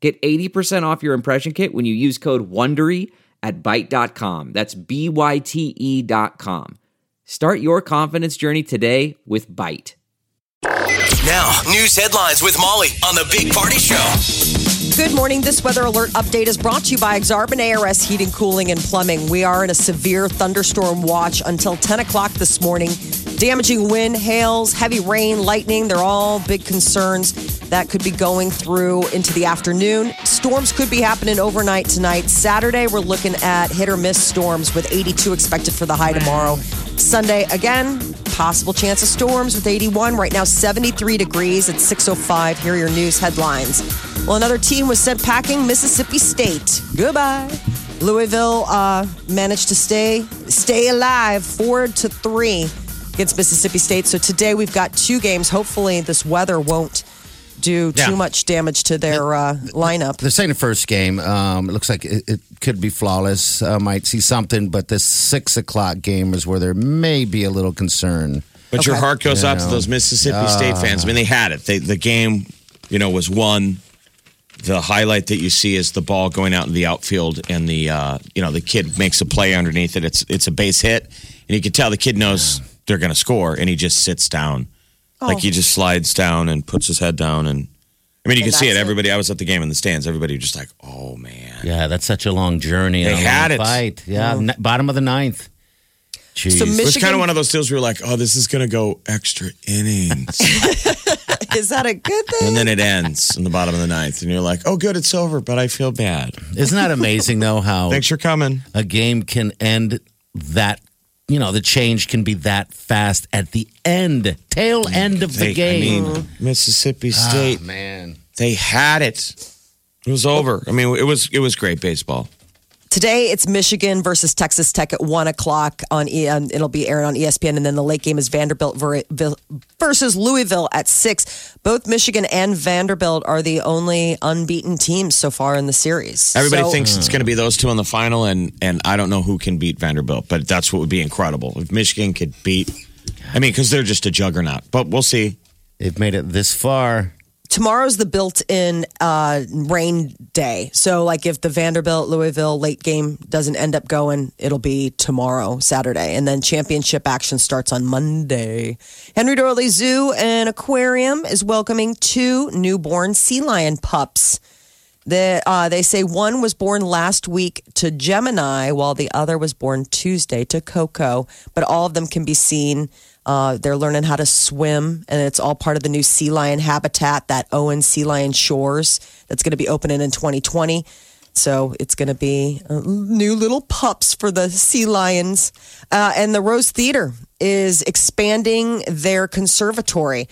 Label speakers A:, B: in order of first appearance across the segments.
A: Get 80% off your impression kit when you use code WONDERY at Byte.com. That's B-Y-T-E E dot com. Start your confidence journey today with Byte.
B: Now, news headlines with Molly on the Big Party Show.
C: Good morning. This weather alert update is brought to you by Exarban ARS Heating, Cooling, and Plumbing. We are in a severe thunderstorm watch until 10 o'clock this morning. Damaging wind, hails, heavy rain, lightning, they're all big concerns that could be going through into the afternoon. Storms could be happening overnight tonight. Saturday, we're looking at hit or miss storms with 82 expected for the high tomorrow. Sunday, again, possible chance of storms with 81. Right now, 73 degrees at 6.05. Here are your news headlines. Well, another team was sent packing Mississippi State. Goodbye. Louisville uh, managed to stay stay alive, four to three against Mississippi State. So today we've got two games. Hopefully, this weather won't do
D: Yeah.
C: too much damage to their uh, lineup.
D: This ain't the first game. Um, it looks like it, it could be flawless. Uh, might see something, but this six o'clock game is where there may be a little concern.
E: But your
C: Okay.
E: heart goes out to those Mississippi State fans. I mean, they had it. They, the game, you know, was won. The highlight that you see is the ball going out in the outfield, and the uh, you know the kid makes a play underneath it. It's it's a base hit, and you can tell the kid knows they're going to score, and he just sits down,
C: Oh.
E: like he just slides down and puts his head down. And I mean, you
C: And
E: can see it.
C: that's it.
E: Everybody, I was at the game in the stands. Everybody just like, oh man,
D: Yeah, that's such a long journey. and
E: They
D: a
E: had
D: long
E: it.
D: Fight. Yeah, n- bottom of the ninth. Jeez.
C: So
E: it was kind
C: Michigan
E: of one of those deals where you're like, oh, this is going to go extra innings.
C: is that a good thing?
E: And then it ends in the bottom of the ninth, and you're like, "Oh, good, it's over," but I feel bad.
D: Isn't that amazing though? How
E: Thanks for coming.
D: a game can end that. You know, the change can be that fast at the end, tail end of the
E: They- I
D: game. Ah,
E: mean, Mississippi State,
D: man.
E: they had it. Ah, It was over. I mean, it was it was great baseball.
C: Today it's Michigan versus Texas Tech at one o'clock on. E- um, It'll be aired on ESPN, and then the late game is Vanderbilt ver- vil- versus Louisville at six. Both Michigan and Vanderbilt are the only unbeaten teams so far in the series.
E: Everybody
C: So-
E: thinks it's going to be those two in the final, and and I don't know who can beat Vanderbilt, but that's what would be incredible if Michigan could beat. I mean, because they're just a juggernaut. But we'll see.
D: They've made it this far.
C: tomorrow's the built-in uh, rain day. So, like, if the Vanderbilt Louisville late game doesn't end up going, it'll be tomorrow, Saturday, and then championship action starts on Monday. Henry Dorley Zoo and Aquarium is welcoming two newborn sea lion pups. They, uh, they say one was born last week to Gemini, while the other was born Tuesday to Coco. But all of them can be seen. Uh, they're learning how to swim, and it's all part of the new sea lion habitat, that Owen Sea Lion Shores, that's going to be opening in 2020. So it's going to be uh, new little pups for the sea lions. Uh, and the Rose Theater is expanding their conservatory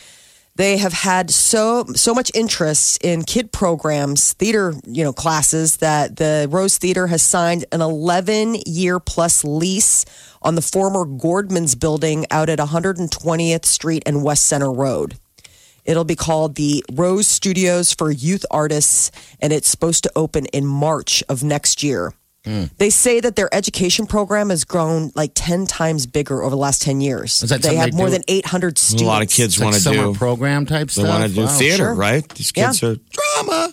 C: they have had so so much interest in kid programs, theater, you know, classes that the Rose Theater has signed an 11 year plus lease on the former Gordman's building out at 120th Street and West Center Road. It'll be called the Rose Studios for Youth Artists, and it's supposed to open in March of next year.
D: Hmm.
C: They say that their education program has grown like 10 times bigger over the last 10 years.
D: Is that
C: they
D: something
C: have
D: they
C: more
D: do-
C: than 800
E: A
C: students.
E: lot of kids
D: It's like
E: want to
D: summer
E: do.
D: program type
E: they
D: stuff.
E: want to do
D: Wow.
E: theater, right? These kids
C: Yeah.
E: are drama.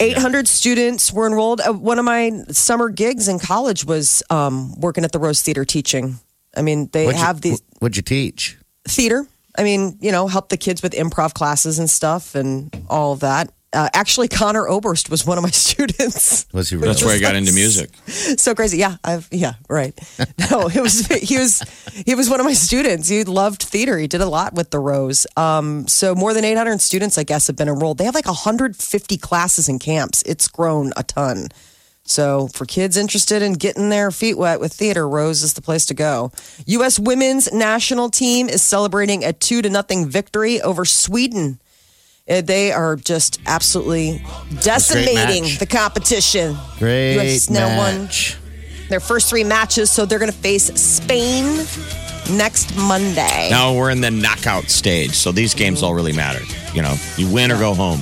C: 800 students were enrolled. Uh, one of my summer gigs in college was um, working at the Rose Theater teaching. I mean, they
D: What'd you-
C: have these
D: What'd you teach?
C: theater. I mean, you know, help the kids with improv classes and stuff and all of that. Uh, actually, Connor Oberst was one of my students.
D: Was he
E: That's
D: really?
E: where I got into music.
C: so crazy. Yeah, I've yeah, right. No, it was he was he was one of my students. He loved theater. He did a lot with the Rose. Um, so more than 800 students, I guess, have been enrolled. They have like 150 classes and camps. It's grown a ton. So for kids interested in getting their feet wet with theater, Rose is the place to go. U.S. Women's National Team is celebrating a two to nothing victory over Sweden Uh, They are just absolutely decimating
D: match.
C: the competition.
D: Great
C: UFC's now won
D: match.
C: their first three matches, so they're going to face Spain next Monday.
E: Now we're in the knockout stage, so these games all really matter. You know, you win or go home.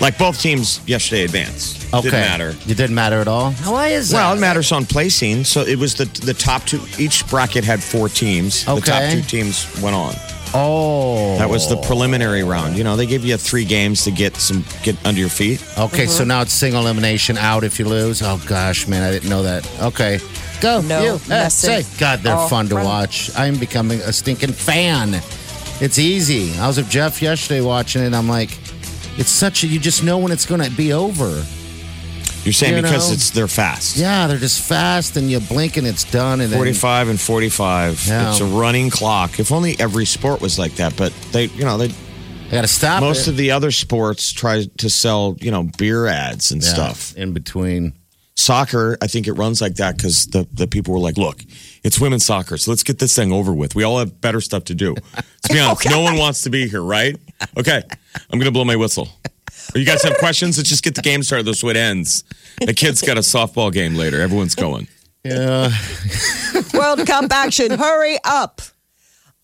E: Like both teams yesterday advanced.
D: Okay.
E: Didn't matter.
D: It didn't matter at all. Why is
E: Well, it
D: that?
E: matters on placing. So it was the the top two. Each bracket had four teams. The top
D: Okay.
E: two teams went on.
D: oh.
E: That was the preliminary round. You know, they give you three games to get some get under your feet.
D: Okay, so
E: Mm-hmm.
D: now it's single elimination out if you lose. Oh gosh, man, I didn't know that. Okay, go
C: No
D: you. eh,
C: messing
D: say. God, they're
C: all
D: fun to
C: around.
D: watch. I'm becoming a stinking fan. It's easy. I was with Jeff yesterday watching it. and I'm like, it's such a you just know when it's going to be over.
E: You're saying
D: You
E: because
D: know.
E: it's they're fast.
D: Yeah, they're just fast, and you blink and it's done. And then-
E: 45 and 45.
D: Yeah.
E: It's a running clock. If only every sport was like that, but they, you know, they
D: I got to stop.
E: most
D: it.
E: of the other sports try to sell, you know, beer ads and
D: Yeah,
E: stuff.
D: in between.
E: Soccer, I think it runs like that because the, the people were like, look, it's women's soccer, so let's get this thing over with. We all have better stuff to do. Let's be honest, no one wants to be here, right? Okay, I'm going to blow my whistle. You guys have questions? Let's just get the game started. That's what ends. The kid's got a softball game later. Everyone's going.
D: Yeah,
C: World Cup action, hurry up.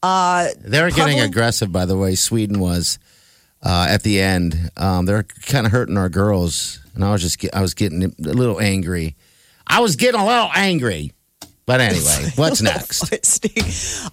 D: they're getting
C: Probably-
D: aggressive. By the way, Sweden was uh, at the end. Um, they're kind of hurting our girls, and I was just get, I was getting a little angry. I was getting a little angry. But anyway, what's next?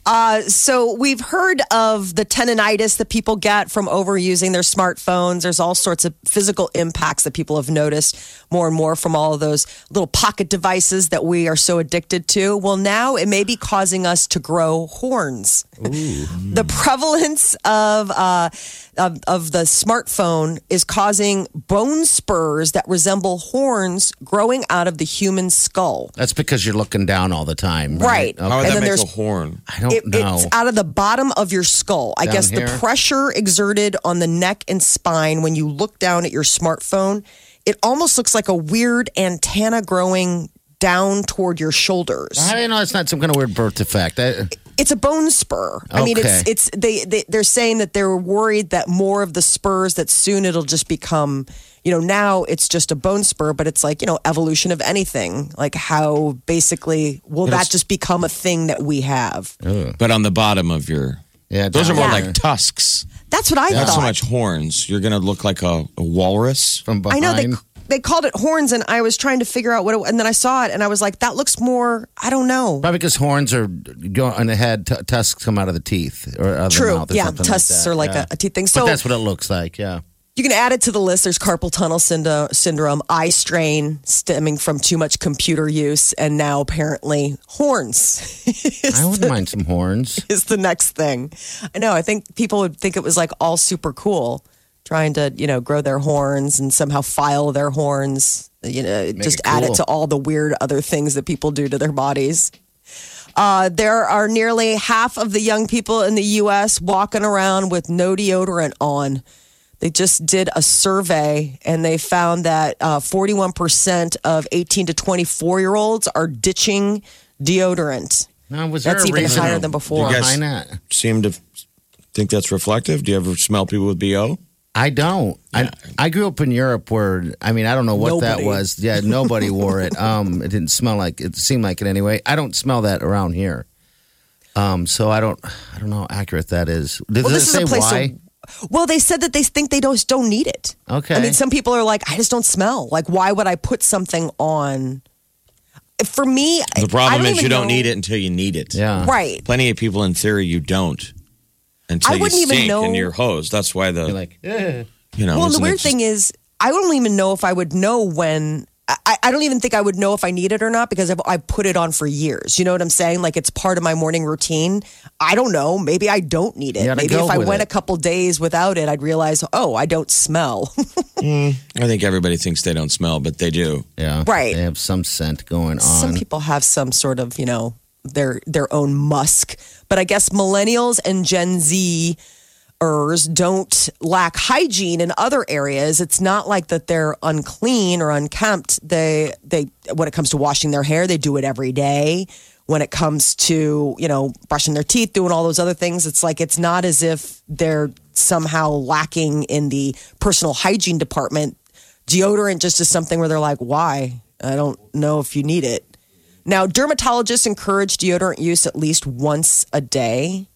C: Uh, so we've heard of the tenonitis that people get from overusing their smartphones. There's all sorts of physical impacts that people have noticed more and more from all of those little pocket devices that we are so addicted to. Well, now it may be causing us to grow horns. the prevalence of, uh, of of the smartphone is causing bone spurs that resemble horns growing out of the human skull.
D: That's because you're looking down all the time,
C: Right.
D: right? Okay.
E: How would
C: And
E: that
C: then
E: make
C: there's-
E: a horn?
D: I don't
C: It,
D: know.
C: It's out of the bottom of your skull. I
D: Down
C: guess the
D: here?
C: pressure exerted on the neck and spine when you look down at your smartphone, it almost looks like a weird antenna growing down toward your shoulders.
D: I didn't know it's not some kind of weird birth defect. eh, I,
C: It's a bone spur. I mean, it's
D: Okay.
C: it's they, they they're saying that they're worried that more of the spurs that soon it'll just become, you know, now it's just a bone spur, but it's like you know evolution of anything. Like how basically will that just become a thing that we have?
E: But on the bottom of your.
D: yeah,
E: Those are
D: down
E: more
D: there.
E: like tusks.
C: That's what I
E: Not
C: thought.
E: so much horns. You're going to look like a, a walrus.
D: from
C: I
D: behind.
C: know they they called it horns, and I was trying to figure out what. It, and then I saw it, and I was like, "That looks more. I don't know."
D: Probably because horns are going on the head, t- tusks come out of the teeth or out of the
C: True.
D: mouth or
C: Yeah,
D: something
C: tusks are
D: like
C: like
D: that. Yeah.
C: a, a teeth thing.
D: But
C: So
D: that's what it looks like. Yeah.
C: you can add it to the list. There's carpal tunnel syndo- syndrome, eye strain stemming from too much computer use, and now apparently horns
D: I wouldn't mind some horns.
C: is the next thing. I know. I think people would think it was like all super cool, trying to you know grow their horns and somehow file their horns. You know, just
D: it
C: add it
D: cool.
C: to all the weird other things that people do to their bodies. Uh, there are nearly half of the young people in the U.S. walking around with no deodorant on. They just did a survey and they found that uh, 41% of 18 to 24 year olds are ditching deodorant.
D: Now, was
C: That's
D: there a
C: even
D: reason
C: higher than before.
E: You guys-
D: behind that?
E: Seem to think that's reflective. Do you ever smell people with BO?
D: I don't. I I grew up in Europe where I mean I don't know what
C: Nobody.
D: that was. Yeah, nobody wore it. Um, it didn't smell like it seemed like it anyway. I don't smell that around here. Um, so I don't I don't know how accurate that is. Does
C: Well,
D: it
C: this is
D: say
C: a place.
D: why?
C: To, well, they said that they think they don't, don't need it.
D: Okay.
C: I mean, some people are like, I just don't smell. Like, why would I put something on? For me, I- I
E: The
C: don't
E: problem is
C: even
E: you don't
C: know-
E: need it until you need it.
D: yeah.
C: Right.
E: Plenty of people in theory you don't until
C: I
E: you
C: wouldn't even
E: stink
C: know-
E: and you're hosed. That's why the
D: You're like eh.
E: you know.
C: Well, the
E: isn't it
C: weird
E: just-
C: thing is, I don't even know if I would know when. I, I don't even think I would know if I need it or not because I've, I've put it on for years. You know what I'm saying? Like it's part of my morning routine. I don't know. Maybe I don't need it.
D: You gotta
C: Maybe
D: go
C: if I
D: with
C: went a
D: it.
C: couple days without it, I'd realize, oh, I don't smell.
E: I think everybody thinks they don't smell, but they do.
D: yeah.
C: Right.
D: They have some scent going on.
C: Some people have some sort of, you know, their their own musk, but I guess millennials and Gen Z ers don't lack hygiene in other areas. It's not like that they're unclean or unkempt. They they when it comes to washing their hair, they do it every day. When it comes to, you know, brushing their teeth, doing all those other things, it's like it's not as if they're somehow lacking in the personal hygiene department. Deodorant just is something where they're like, why? I don't know if you need it. Now, dermatologists encourage deodorant use at least once a day.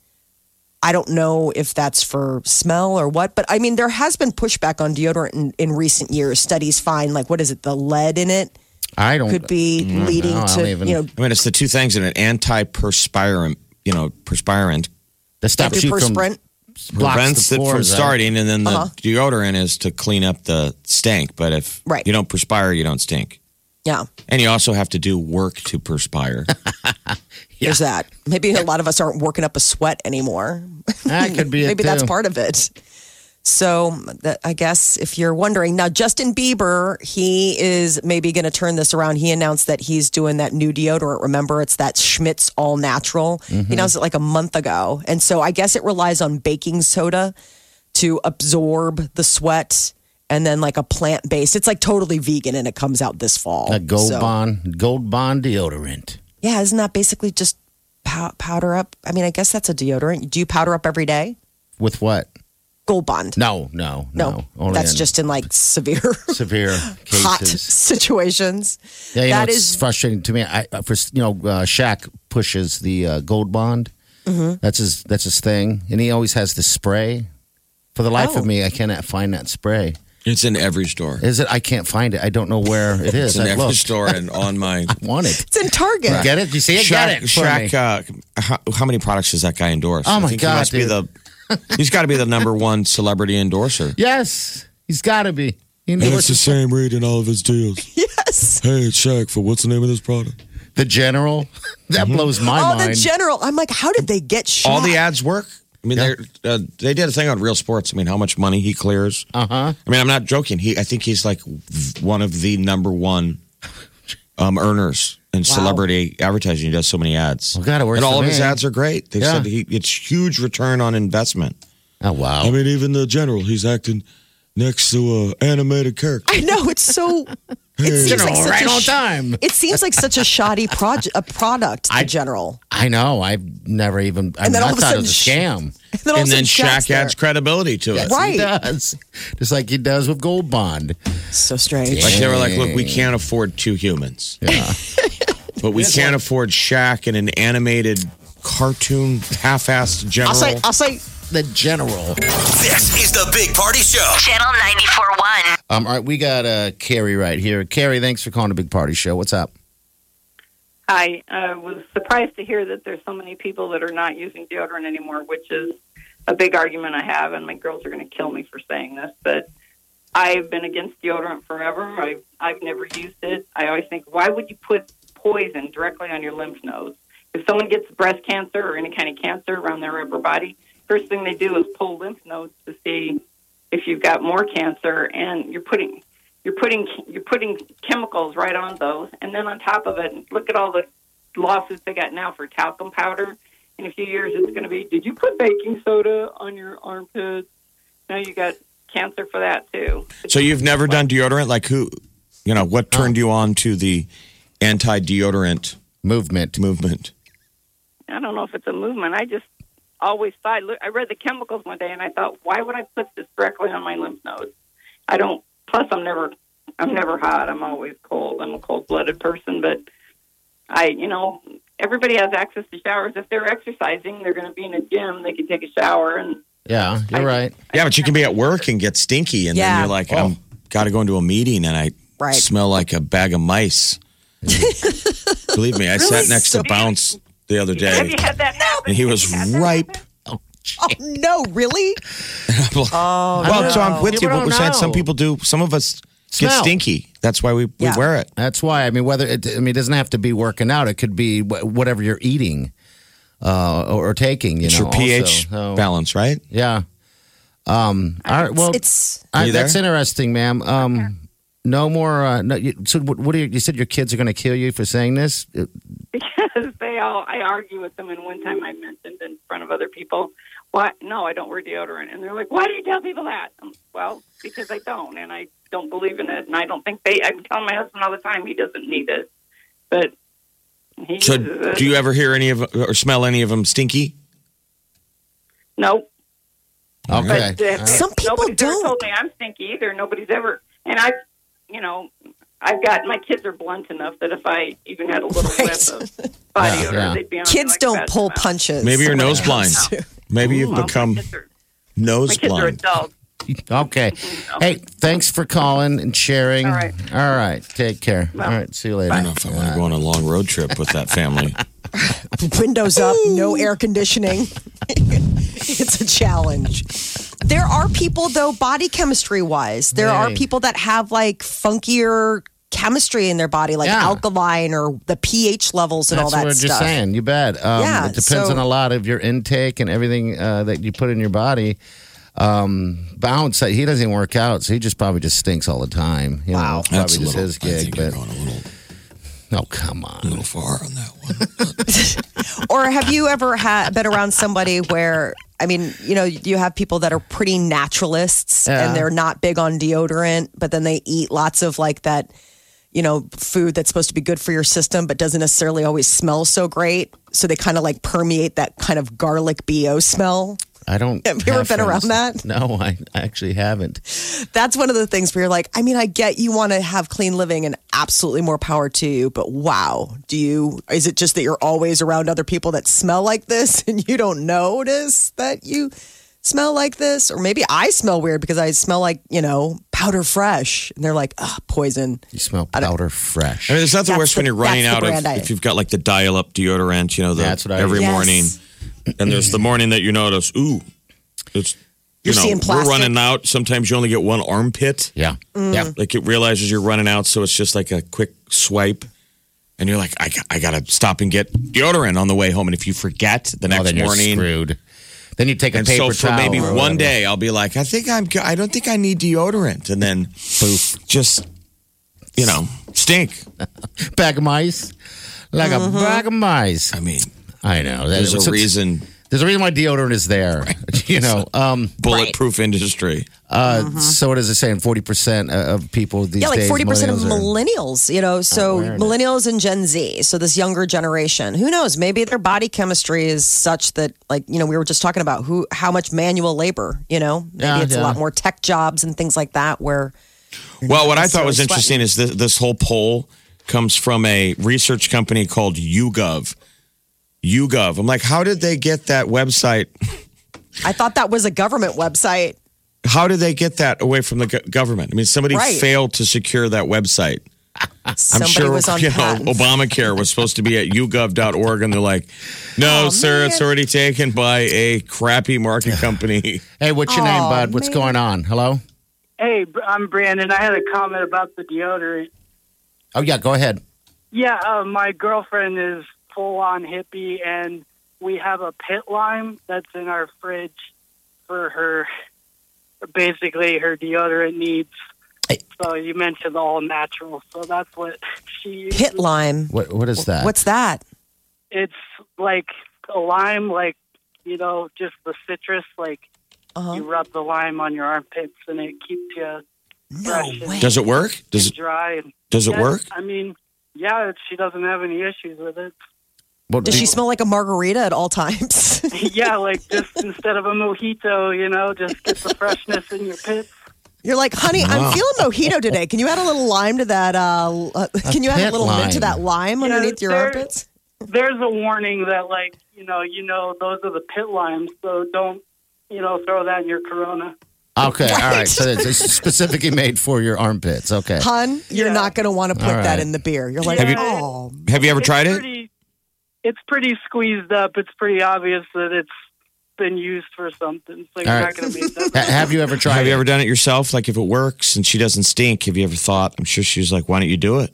C: I don't know if that's for smell or what, but I mean, there has been pushback on deodorant in, in recent years. Studies find, like, what is it, the lead in it
D: I don't.
C: could be leading
D: Mm-hmm. no, I don't
C: to,
D: even-
C: you know,
E: I mean, it's the two things in an antiperspirant, you know, perspirant
D: that stops you from
C: antiperspirant.
D: blocks
E: prevents
D: the
E: it from
D: pores out.
E: starting, and then the
C: Uh-huh.
E: deodorant is to clean up the stink. But if
C: Right.
E: you don't perspire, you don't stink.
C: Yeah,
E: And you also have to do work to perspire.
C: there's that. Maybe a lot of us aren't working up a sweat anymore.
D: That could be it
C: Maybe that's
D: too.
C: part of it. So that, I guess if you're wondering now, Justin Bieber, he is maybe going to turn this around. He announced that he's doing that new deodorant. Remember, it's that Schmidt's All Natural.
D: Mm-hmm.
C: He announced it like a month ago, and so I guess it relies on baking soda to absorb the sweat, and then like a plant based. It's like totally vegan, and it comes out this fall.
D: A gold
C: So-
D: bond, gold bond deodorant.
C: Yeah, isn't that basically just pow- powder up? I mean, I guess that's a deodorant. Do you powder up every day?
D: With what?
C: Gold Bond.
D: No, no, no.
C: No, that's
D: in
C: just in like severe,
D: severe
C: hot
D: cases.
C: situations.
D: Yeah, you know,
C: That
D: it's
C: is-
D: frustrating to me. I I- for you know, uh, Shaq pushes the uh, gold bond.
C: Mm-hmm.
D: That's his. That's his thing, and he always has the spray. For the life of
C: Oh.
D: me, I cannot find that spray.
E: it's in every store.
D: Is it? I can't find it. I don't know where it
E: It's
D: is.
E: in
D: I
E: every
D: looked.
E: store and on my.
D: Want it?
C: It's in Target.
D: You Get it? You see it? Got
E: Shaq,
D: it. for me.
E: Shaq uh, how, how many products does that guy endorse?
D: Oh, my
E: think
D: God,
E: he must be
D: dude.
E: the. He's got to be the number one celebrity endorser.
D: Yes, he's got to be. He
F: And
D: knows
F: it's the same rate in all of his deals.
C: Yes.
F: Hey, it's Shaq for what's the name of this product?
D: the general. That blows my
C: Oh, the
D: mind.
C: general. I'm like, how did they get shot?
E: All the ads work. I mean, they're, uh, they did a thing on Real Sports. I mean, how much money he clears.
D: uh huh.
E: I mean, I'm not joking. He, I think he's like v- one of the number one um, earners in celebrity advertising. He does so many ads.
D: Well, God, it works
E: and all
D: for
E: of his
D: me.
E: ads are great. They
D: Yeah.
E: said he, it's huge return on investment.
D: Oh wow.
F: I mean, even the general, he's acting next to a animated character.
C: I know it's so. It seems like
D: General,
C: such
D: right
C: a
D: on
C: sh-
D: time.
C: It seems like such a shoddy project, a product. The general.
D: I know. I've never even. I,
C: And
D: mean,
C: then
D: I
C: all of a
D: thought
C: sudden,
D: it was a
C: sh-
D: scam.
C: And then, all
E: and
C: of a sudden
E: then
C: Shaq's
E: Shaq
C: there.
E: adds credibility to it.
D: He
C: Right.
D: does. Just like he does with Gold Bond.
C: So strange.
E: Like they were like, look, we can't afford two humans.
D: Yeah.
E: But we can't afford Shaq and an animated cartoon half-assed general.
D: I'll say the general.
B: This is the Big Party Show.
G: Channel 94.1.
D: Um, all right, we got uh, Carrie right here. Carrie, thanks for calling the Big Party Show. What's up?
H: I uh, was surprised to hear that there's so many people that are not using deodorant anymore, which is a big argument I have, and my girls are going to kill me for saying this, but I've been against deodorant forever. I've, I've never used it. I always think, why would you put poison directly on your lymph nodes? If someone gets breast cancer or any kind of cancer around their upper body, first thing they do is pull lymph nodes to see if you've got more cancer, and you're putting you're putting you're putting chemicals right on those, and then on top of it, look at all the lawsuits they got now for talcum powder. In a few years, it's going to be, did you put baking soda on your armpits? Now you got cancer for that too.
E: so you've never done deodorant? Like who, you know, what turned you on to the anti-deodorant
D: Movement.
E: movement?
H: I don't know if it's a movement. I just always thought. look, I read the chemicals one day, and I thought, why would I put this directly on my lymph nodes? I don't. Plus, I'm never, I'm never hot. I'm always cold. I'm a cold-blooded person, but I, you know, everybody has access to showers. If they're exercising, they're going to be in a gym. They can take a shower, and
D: Yeah, you're right.
E: Yeah, but you can be at work and get stinky, and
C: Yeah.
E: then you're like, I'm got to go into a meeting, and I
C: Right.
E: smell like a bag of mice. Believe me, I sat next to Bounce the other
H: have
E: day,
H: you had that happen?
E: and he was
H: Have you had that
E: ripe.
H: happen?
C: Oh no, really? Oh,
E: Well, so I'm with you.
D: People
E: What
D: don't
E: we're saying, some
D: know.
E: people do. Some of us
D: Smell.
E: get stinky. That's why we,
C: Yeah.
E: we wear it.
D: That's why. I mean, whether it, I mean, it doesn't have to be working out. It could be wh- whatever you're eating uh, or, or taking. You
E: It's
D: know,
E: your pH
D: also. So,
E: balance, right?
D: yeah. Um. All right. Well,
C: it's
D: all right,
E: Are you
D: that's
E: there?
D: interesting, ma'am. Um. No more. Uh, no. You, so, what, what are you, you said? Your kids are going to kill you for saying this. Uh,
H: because they all I argue with them and one time I mentioned in front of other people, Why no, I don't wear deodorant and they're like, Why do you tell people that? I'm, well, because I don't and I don't believe in it and I don't think they I'm telling my husband all the time he doesn't need it. But he
E: So,
G: uh,
H: uses it.
E: do you ever hear any of or smell any of them stinky?
H: Nope.
D: Okay.
H: But uh,
C: Some people
H: nobody's
C: don't.
H: Ever told me I'm stinky either. Nobody's ever, and I, you know, I've got my kids are blunt enough that if I even had a little
C: Right.
H: whip of body
D: Yeah,
H: odor,
D: yeah.
H: they'd be on. me
C: Kids
H: like
C: don't
H: bad
C: pull
H: mouth.
C: punches.
E: Maybe you're
C: when it
E: nose blind.
C: comes to-
E: Maybe
H: Well,
E: you've
H: my
E: become
H: kids are- My
E: nose
H: kids are
E: blind.
H: adults.
D: Okay. Hey, thanks for calling and sharing.
H: All right.
D: All right. Take care. All right. See you later.
E: I don't know if I want to go on a long road trip with that family.
C: windows up, no air conditioning. it's a challenge. There are people, though, body chemistry wise, there are
D: Right.
C: people that have like funkier chemistry in their body, like
D: Yeah.
C: alkaline or the pH levels and
D: That's
C: all that
D: what I'm
C: stuff.
D: just saying. You bet. Um,
C: Yeah,
D: it depends
C: so-
D: on a lot of your intake and everything uh, that you put in your body. Um, bounce. He doesn't even work out, so he just probably just stinks all the time. You wow, know, it's probably
E: That's a
D: just
E: little.
D: his
E: I
D: gig.
E: think you're
D: But
E: going Hmm. a little,
D: oh, come on.
E: little far on that one.
C: Or have you ever had been around somebody where I mean, you know, you have people that are pretty naturalists
D: Yeah.
C: and they're not big on deodorant, but then they eat lots of like that, you know, food that's supposed to be good for your system but doesn't necessarily always smell so great. So they kind of like permeate that kind of garlic bo smell.
D: I don't.
C: Have you ever been around
D: friends-
C: that?
D: No, I actually haven't.
C: That's one of the things where you're like, I mean, I get you want to have clean living and absolutely more power to you, but wow, do you, is it just that you're always around other people that smell like this and you don't notice that you smell like this? Or maybe I smell weird because I smell like, you know, powder fresh. And they're like, ah, poison.
D: You smell powder fresh.
E: I mean, it's not the
C: That's
E: worst when
C: the-
E: you're running
C: that's
E: out
C: the
E: of.
C: brand I-
E: If you've got like the dial-up deodorant, you know, the,
D: That's what I
E: every
C: use. Yes.
E: morning, and there's the morning that you notice, ooh, it's you
C: You're
E: know,
C: seeing
E: we're
C: plastic.
E: running out. Sometimes you only get one armpit.
D: Yeah.
C: Mm.
D: Oh, Yeah.
E: Like it realizes you're running out, so it's just like a quick swipe, and you're like, I, got- I gotta stop and get deodorant on the way home. And if you forget the
D: Oh,
E: next
D: then you're
E: morning,
D: screwed. Then you take a
E: and so
D: paper
E: for
D: towel.
E: maybe
D: or
E: one
D: whatever.
E: day, I'll be like, I think I'm. go- I don't think I need deodorant, and then just you know, stink.
D: bag of mice, like
C: Uh-huh.
D: a bag of mice.
E: I mean,
D: I know.
E: there's a reason.
D: There's a reason why deodorant is there. You know. Um.
E: bulletproof industry.
D: Uh, So what is it saying? Forty percent uh, of people these
C: Uh-huh. Yeah, like
D: days,
C: forty percent of
D: millennials are-
C: millennials, you know, so millennials and Gen Z, so this younger generation. Who knows? Maybe their body chemistry is such that, like, you know, we were just talking about who, how much manual labor, you know, maybe
D: Yeah,
C: it's
D: yeah.
C: a lot more tech jobs and things like that. Where
E: Well, what I thought was
C: necessarily
E: interesting is this, this whole poll comes from a research company called YouGov. YouGov. I'm like, how did they get that website?
C: I thought that was a government website.
E: How did they get that away from the go- government? I mean, somebody
C: Right.
E: failed to secure that website. I'm
C: Somebody
E: sure
C: was on
E: you
C: patent.
E: know Obamacare was supposed to be at YouGov.org, and they're like, "No, sir, it's already taken by a crappy market company."
D: Hey, what's your name, bud? What's going on? Hello.
G: Hey, Br- I'm Brandon. I had a comment about the deodorant.
D: Oh yeah, go ahead.
G: Yeah, uh, my girlfriend is full on hippie, and we have a pit lime that's in our fridge for her, basically her deodorant needs. So you mentioned the all natural, so that's what she uses.
C: Pit lime.
D: What What is that?
C: What's that?
G: It's like a lime, like you know, just the citrus. Like
C: Uh-huh.
G: you rub the lime on your armpits, and it keeps you
C: No
G: fresh
C: way.
G: and,
E: Does it work? Does
G: and
E: it
G: dry. And
E: does it
G: Yeah,
E: work?
G: I mean, yeah, she doesn't have any issues with it.
D: What-
C: Does she smell like a margarita at all times?
G: yeah, like just instead of a mojito, you know, just get the freshness in your pits.
C: You're like, honey, I'm feeling mojito today. Can you add a little lime to that? Uh, uh, can you add
D: pit
C: a little mint to
D: lime.
C: that lime
G: Yeah,
C: underneath your
G: there-
C: armpits?
G: There's a warning that, like, you know, you know, those are the pit limes, so don't, you know, throw that in your Corona.
D: Okay. All right. So it's it's specifically made for your armpits. Okay.
C: Hun, you're
G: Yeah.
C: not going to want to put
D: All right.
C: that in the beer. You're like,
G: Have you-
C: oh,
E: Have you ever tried it?
G: Pretty, it's pretty squeezed up. It's pretty obvious that it's been used for something, so you're
D: All right.
G: not going to be.
D: Ha- have you ever tried?
E: Have you
D: it?
E: ever done it yourself? Like if it works and she doesn't stink, have you ever thought? I'm sure she's like, why don't you do it?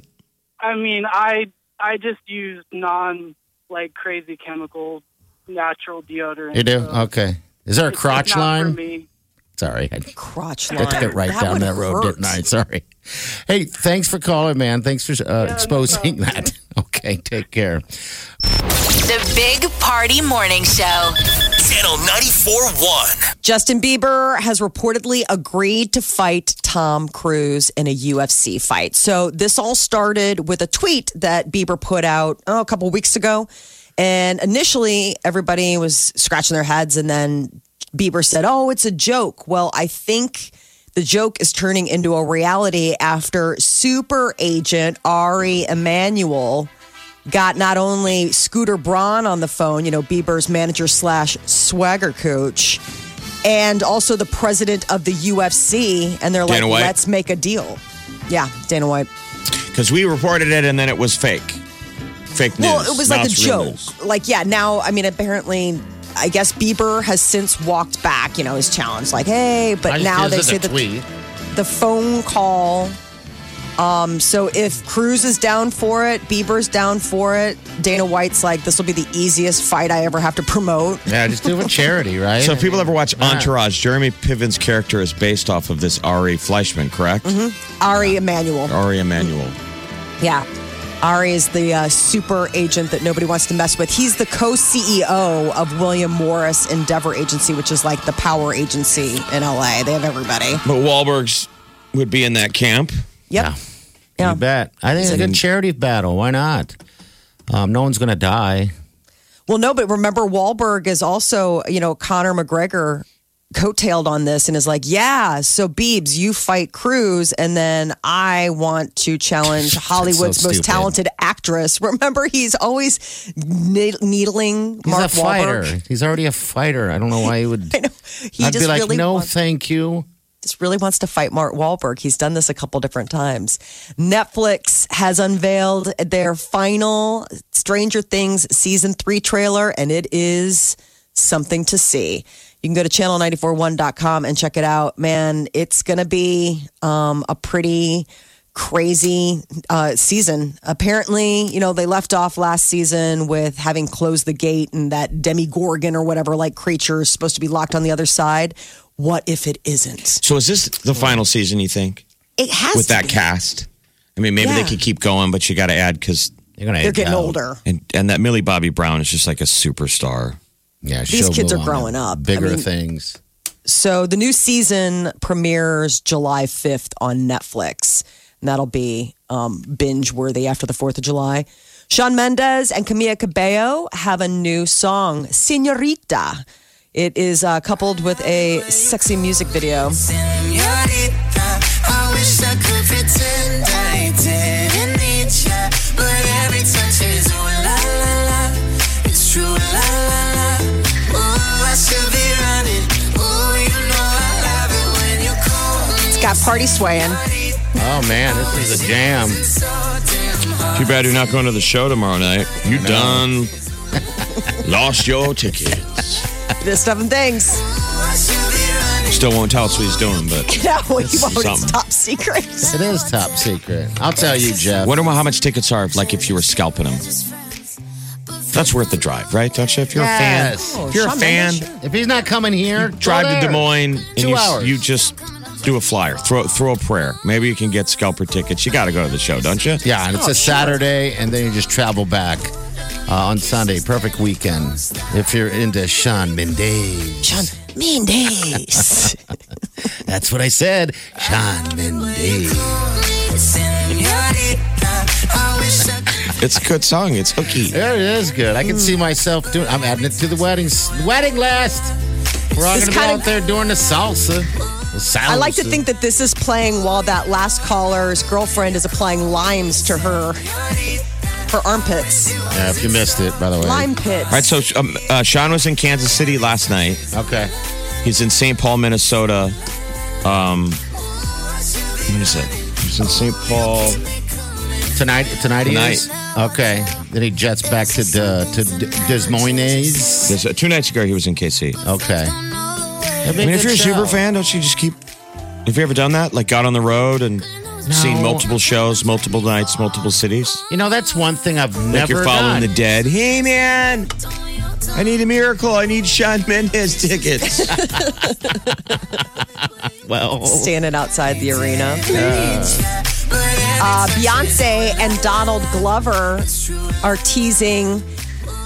G: I mean, I I just use non like crazy chemical natural deodorant.
D: You do?
G: so
D: Okay. Is there a
G: it's- it's
D: crotch
G: not for
D: line?
G: me.
D: Sorry, I
C: crotch
D: I took
C: line.
D: it right down
C: would
D: that road,
C: hurt.
D: didn't I? Sorry. Hey, thanks for calling, man. Thanks for uh,
G: no
D: exposing that. Okay, take care.
I: The Big Party Morning Show.
B: Channel 94.1.
C: Justin Bieber has reportedly agreed to fight Tom Cruise in a UFC fight. So this all started with a tweet that Bieber put out oh, a couple weeks ago. And initially, everybody was scratching their heads, and then Bieber said, Oh, it's a joke. Well, I think the joke is turning into a reality after super agent Ari Emanuel got not only Scooter Braun on the phone, you know, Bieber's manager slash swagger coach, and also the president of the UFC. And they're
E: Dana
C: like,
E: White?
C: Let's make a deal. Yeah, Dana White.
E: Because we reported it and then it was fake. Fake news.
C: Well, it was like
E: Not
C: a
E: real
C: joke.
E: news.
C: Like, yeah, now, I mean, apparently, I guess Bieber has since walked back, you know, his challenge. Like, hey, but now they say that
D: tweet.
C: the phone call. Um, so if Cruz is down for it, Bieber's down for it, Dana White's like, this will be the easiest fight I ever have to promote.
D: Yeah, just do it for charity, right?
E: So if people ever watch
D: Yeah.
E: Entourage, Jeremy Piven's character is based off of this Ari Fleischman, correct?
C: Mm-hmm.
E: E
C: Ari Emanuel.
E: Ari Emanuel.
C: Yeah. Ari is the uh, super agent that nobody wants to mess with. He's the co CEO of William Morris Endeavor Agency, which is like the power agency in LA. They have everybody.
E: But Wahlberg's would be in that camp.
C: Yep.
D: Yeah.
C: Yeah.
D: You bet. I think it's a good charity battle. Why not? Um, no one's going to die.
C: Well, no, but remember, Wahlberg is also, you know, Conor McGregor coattailed on this and is like, yeah, so Biebs, you fight Cruz, and then I want to challenge Hollywood's most
D: stupid.
C: talented actress. Remember, he's always ne- needling
D: He's
C: Mark
D: a fighter.
C: Wahlberg.
D: He's already a fighter. I don't know why he would.
C: He
D: I'd
C: just
D: be like,
C: really
D: no,
C: wants-
D: thank you.
C: just really wants to fight Mark Wahlberg. He's done this a couple different times. Netflix has unveiled their final Stranger Things season three trailer, and it is something to see. You can go to channel941.com and check it out. Man, it's going to be um, a pretty crazy uh, season. Apparently, you know, they left off last season with having closed the gate and that Demi Gorgon or whatever like creature is supposed to be locked on the other side. What if it isn't?
E: So is this the final season, you think,
C: It has
E: with
C: to
E: that
C: be.
E: cast? I mean, maybe they
C: Yeah.
E: could keep going, but you got to add because.
D: You're gonna
C: They're
D: age
C: getting
D: out.
C: older.
E: And, and that Millie Bobby Brown is just like a superstar.
D: Yeah,
C: These
D: she'll
C: kids are
D: move on
C: growing
D: to
C: up.
D: Bigger
C: I mean-
D: things.
C: So the new season premieres July 5th on Netflix. And that'll be um, binge worthy after the 4th of July. Sean Mendez and Camila Cabello have a new song, Senorita. It is uh, coupled with a sexy music video.
J: Senorita, I wish I could pretend I didn't need ya. But every touch is ooh la la la. It's true la la la. Ooh, I should be running. Ooh, you know I love it when you call me.
C: It's got party swaying.
D: Oh man, this is a jam.
J: So damn hard.
E: Too bad you're not going to the show tomorrow night. You done lost your tickets.
C: This stuff and things.
J: Ooh, I should be running.
E: Still won't tell us what he's doing, but
C: Now you won't
E: something.
C: top secret.
D: It is top secret. I'll tell you, Jeff.
E: wonder how much tickets are. Like if you were scalping them, that's worth the drive, right? Don't you? If you're
D: Yes.
E: a fan, if you're a
C: Oh, Shawn
E: fan,
C: Mendes,
D: If he's not coming here, go
E: drive to
D: there.
E: Des Moines and
D: Two
E: you,
D: hours.
E: you just do a flyer, throw throw a prayer. Maybe you can get scalper tickets. You got to go to the show, don't you?
D: Yeah, and it's
C: Oh,
D: a
C: sure.
D: Saturday, and then you just travel back uh, on Sunday. Perfect weekend if you're into Sean Mendes.
C: Sean Mendes.
D: That's what I said, Sean Mendes.
J: Senorita, I wish I could.
E: It's a good song. It's hooky.
D: There it is, good. I can see myself doing. I'm adding it to the wedding wedding list. We're all
C: This
D: gonna be
C: kind
D: out
C: of-
D: there doing the salsa. The
C: I like to
D: salsa.
C: think that this is playing while that last caller's girlfriend is applying limes to her her armpits.
D: Yeah, if you missed it, by the way.
C: Lime pits.
E: All right, so um, uh, Sean was in Kansas City last night.
D: Okay.
E: He's in St. Paul, Minnesota. Um, what is it? He's in St. Paul.
D: Tonight, tonight, he
E: Tonight.
D: is. Okay. Then he jets back to the, to D- Des Moines.
E: There's, uh, two nights ago, he was in KC.
D: Okay. I
E: I mean, if you're a super fan, don't you just keep? Have you ever done that? Like, got on the road and seen multiple shows, multiple nights, multiple cities.
D: you know that's one thing I've
E: Like
D: never
E: you're following
D: done.
E: the dead. Hey, man. I need a miracle. I need Sean Mendes tickets.
D: well,
C: standing outside the arena. Uh, Beyonce and Donald Glover are teasing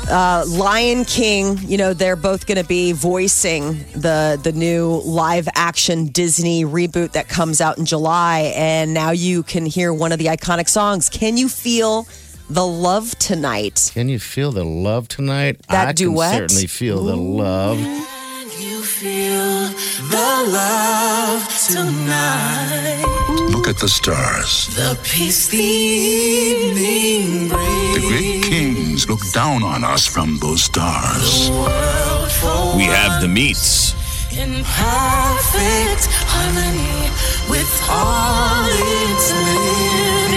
C: uh, Lion King. You know, they're both going to be voicing the the new live action Disney reboot that comes out in July, and now you can hear one of the iconic songs. Can you feel the love tonight?
D: can you feel the love tonight?
C: That
D: I
C: duet?
D: can certainly feel the love.
J: you feel the love tonight.
K: Look at the stars.
J: The peace the evening
K: The great kings look down on us from those stars.
E: We have the meats.
J: in perfect harmony with all its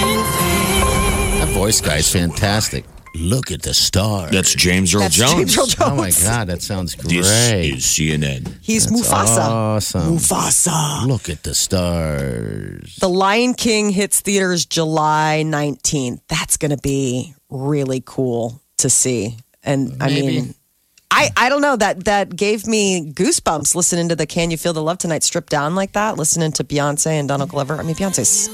J: living things.
D: That voice guy's fantastic. Look at the stars.
E: That's James Earl
C: That's
E: Jones.
C: James Earl
D: Oh my
C: Jones.
D: God, that sounds great.
E: This is CNN.
C: He's
D: That's
C: Mufasa.
D: Awesome.
C: Mufasa.
D: Look at the stars.
C: The Lion King hits theaters July 19th. That's going to be really cool to see. And I mean, I, I don't know that that gave me goosebumps listening to the "Can You Feel the Love Tonight" stripped down like that. Listening to Beyonce and Donald Glover. I mean, Beyonce's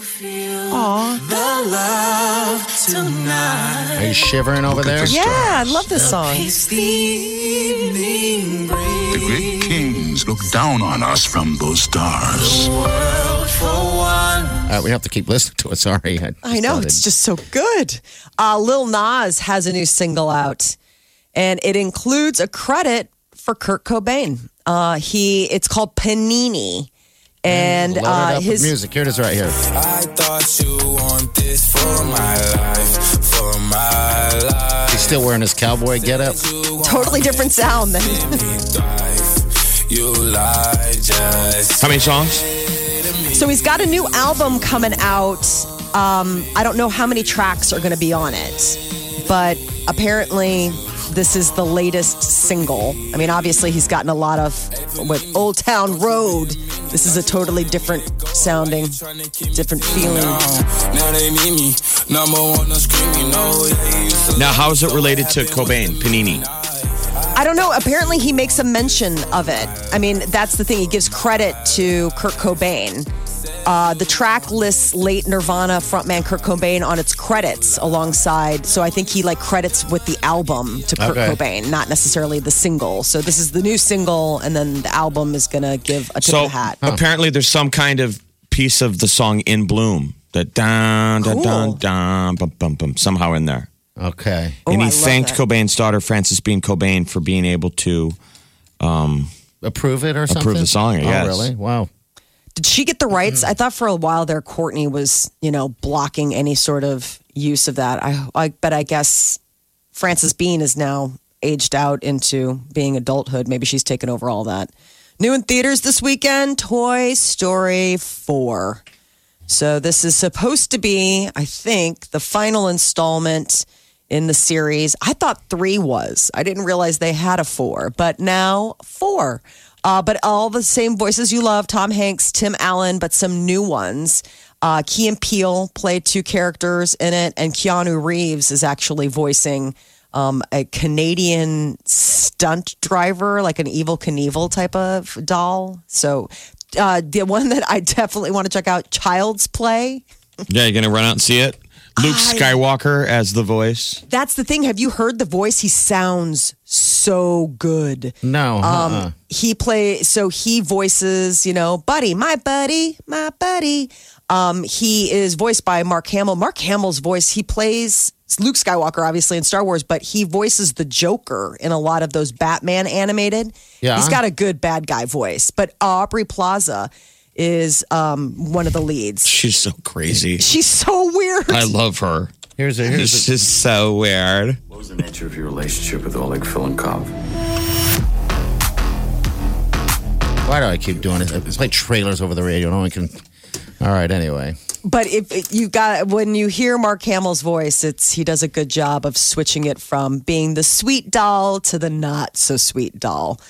J: Tonight,
D: Are you shivering over there?
C: yeah, I love this song.
J: peace the evening
K: The
J: brings.
K: great kings look down on us from those stars.
J: World for one.
D: Uh, we have to keep listening to it. Sorry. I,
C: I know
D: thought
C: it's
D: it-
C: just so good. Uh, Lil Nas has a new single out, and it includes a credit for Kurt Cobain. Uh, he it's called Panini, and
D: Load it up
C: uh,
D: with
C: his
D: music. Here it is, right here.
L: I thought you want this for my life, for my life.
D: He's still wearing his cowboy getup.
C: totally different sound. Then
L: Me thrive. You lie just
E: How many songs?
C: so he's got a new album coming out. Um, I don't know how many tracks are going to be on it, but apparently. This is the latest single. I mean, obviously, he's gotten a lot of with Old Town Road. This is a totally different sounding, different feeling.
L: now they need me. Number one, I'm screaming. No, yeah, you used to
E: Now, how is it related to Cobain, Panini?
C: I don't know. Apparently, he makes a mention of it. I mean, that's the thing. He gives credit to Kurt Cobain. Uh, the track lists late Nirvana frontman Kurt Cobain on its credits alongside. So I think he like credits with the album to Kurt
D: Okay.
C: Cobain, not necessarily the single. So this is the new single, and then the album is gonna give a tip of
E: So
C: the hat.
E: apparently, there's some kind of piece of the song in bloom that dun dun
C: Cool.
E: dun dun bum bum bum somehow in there.
D: Okay.
C: Oh,
E: and
C: I
E: he
C: love
E: thanked
C: that.
E: Cobain's daughter Frances Bean Cobain for being able to.
D: Approve it or something?
E: the song, I guess.
D: Oh, really? Wow.
C: Did she get the rights? I thought for a while there, Courtney was you know blocking any sort of use of that. I, I but I guess Frances Bean is now aged out into being adulthood. Maybe she's taken over all that. New in theaters this weekend, Toy Story 4. So this is supposed to be, I think, the final installment in the series. I thought three was. I didn't realize they had a four, but now four. Uh, but all the same voices you love: Tom Hanks, Tim Allen, but some new ones. Uh, Key and Peele play two characters in it, and Keanu Reeves is actually voicing um, a Canadian stunt driver, like an evil Knievel type of doll. So uh, the one that I definitely want to check out, Child's Play.
E: Yeah, you're gonna run out and see it. Luke Skywalker as the voice.
C: That's the thing. Have you heard the voice? He sounds so good.
D: No. uh-uh.
C: He play so he voices, you know, buddy, my buddy, my buddy. Um, he is voiced by Mark Hamill. Mark Hamill's voice, he plays Luke Skywalker, obviously in Star Wars, but he voices the Joker in a lot of those Batman animated.
D: Yeah.
C: he's got a good bad guy voice. But Aubrey Plaza is um, one of the leads.
E: She's so crazy.
C: She's so weird.
E: I love her.
D: Here's a here's
E: This is so weird.
M: What was the nature of your relationship with Oleg Filenkov?
D: a, why do I keep doing it? I play trailers over the radio. No one can. All right. Anyway,
C: But if if you got when you hear Mark Hamill's voice, it's he does a good job of switching it from being the sweet doll to the not so sweet doll.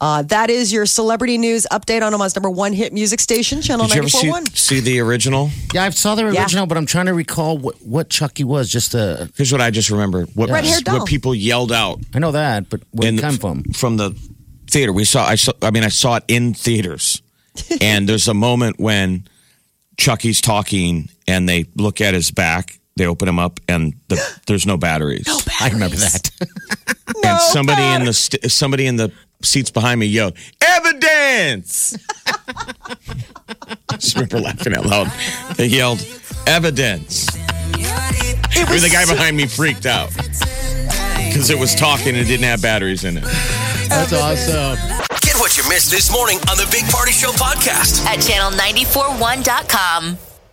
C: Uh, that is your celebrity news update on Omaha's number one hit music station, Channel
E: Did you ever
C: ninety four
E: see,
C: one.
E: see the original?
D: yeah, I saw the
C: Yeah.
D: original, but I'm trying to recall what what Chucky was. Just uh,
E: Here's what I just remember. What,
C: Red-haired doll.
E: what people yelled out
D: I know that, but where it
E: in the-
D: come from?
E: From the theater. We saw. I saw. I mean, I saw it in theaters. and there's a moment when Chucky's talking, and they look at his back. They open him up, and the, there's no batteries.
D: I remember
C: Oh,
D: that.
E: and somebody in the st- somebody in the seats behind me yelled, "Evidence!" just remember laughing out loud. They yelled, "Evidence!" I mean, the guy behind me freaked out because it was talking and it didn't have batteries in it.
D: That's awesome.
B: Get
J: what you missed this morning on the Big Party Show podcast.
H: at channel941.com.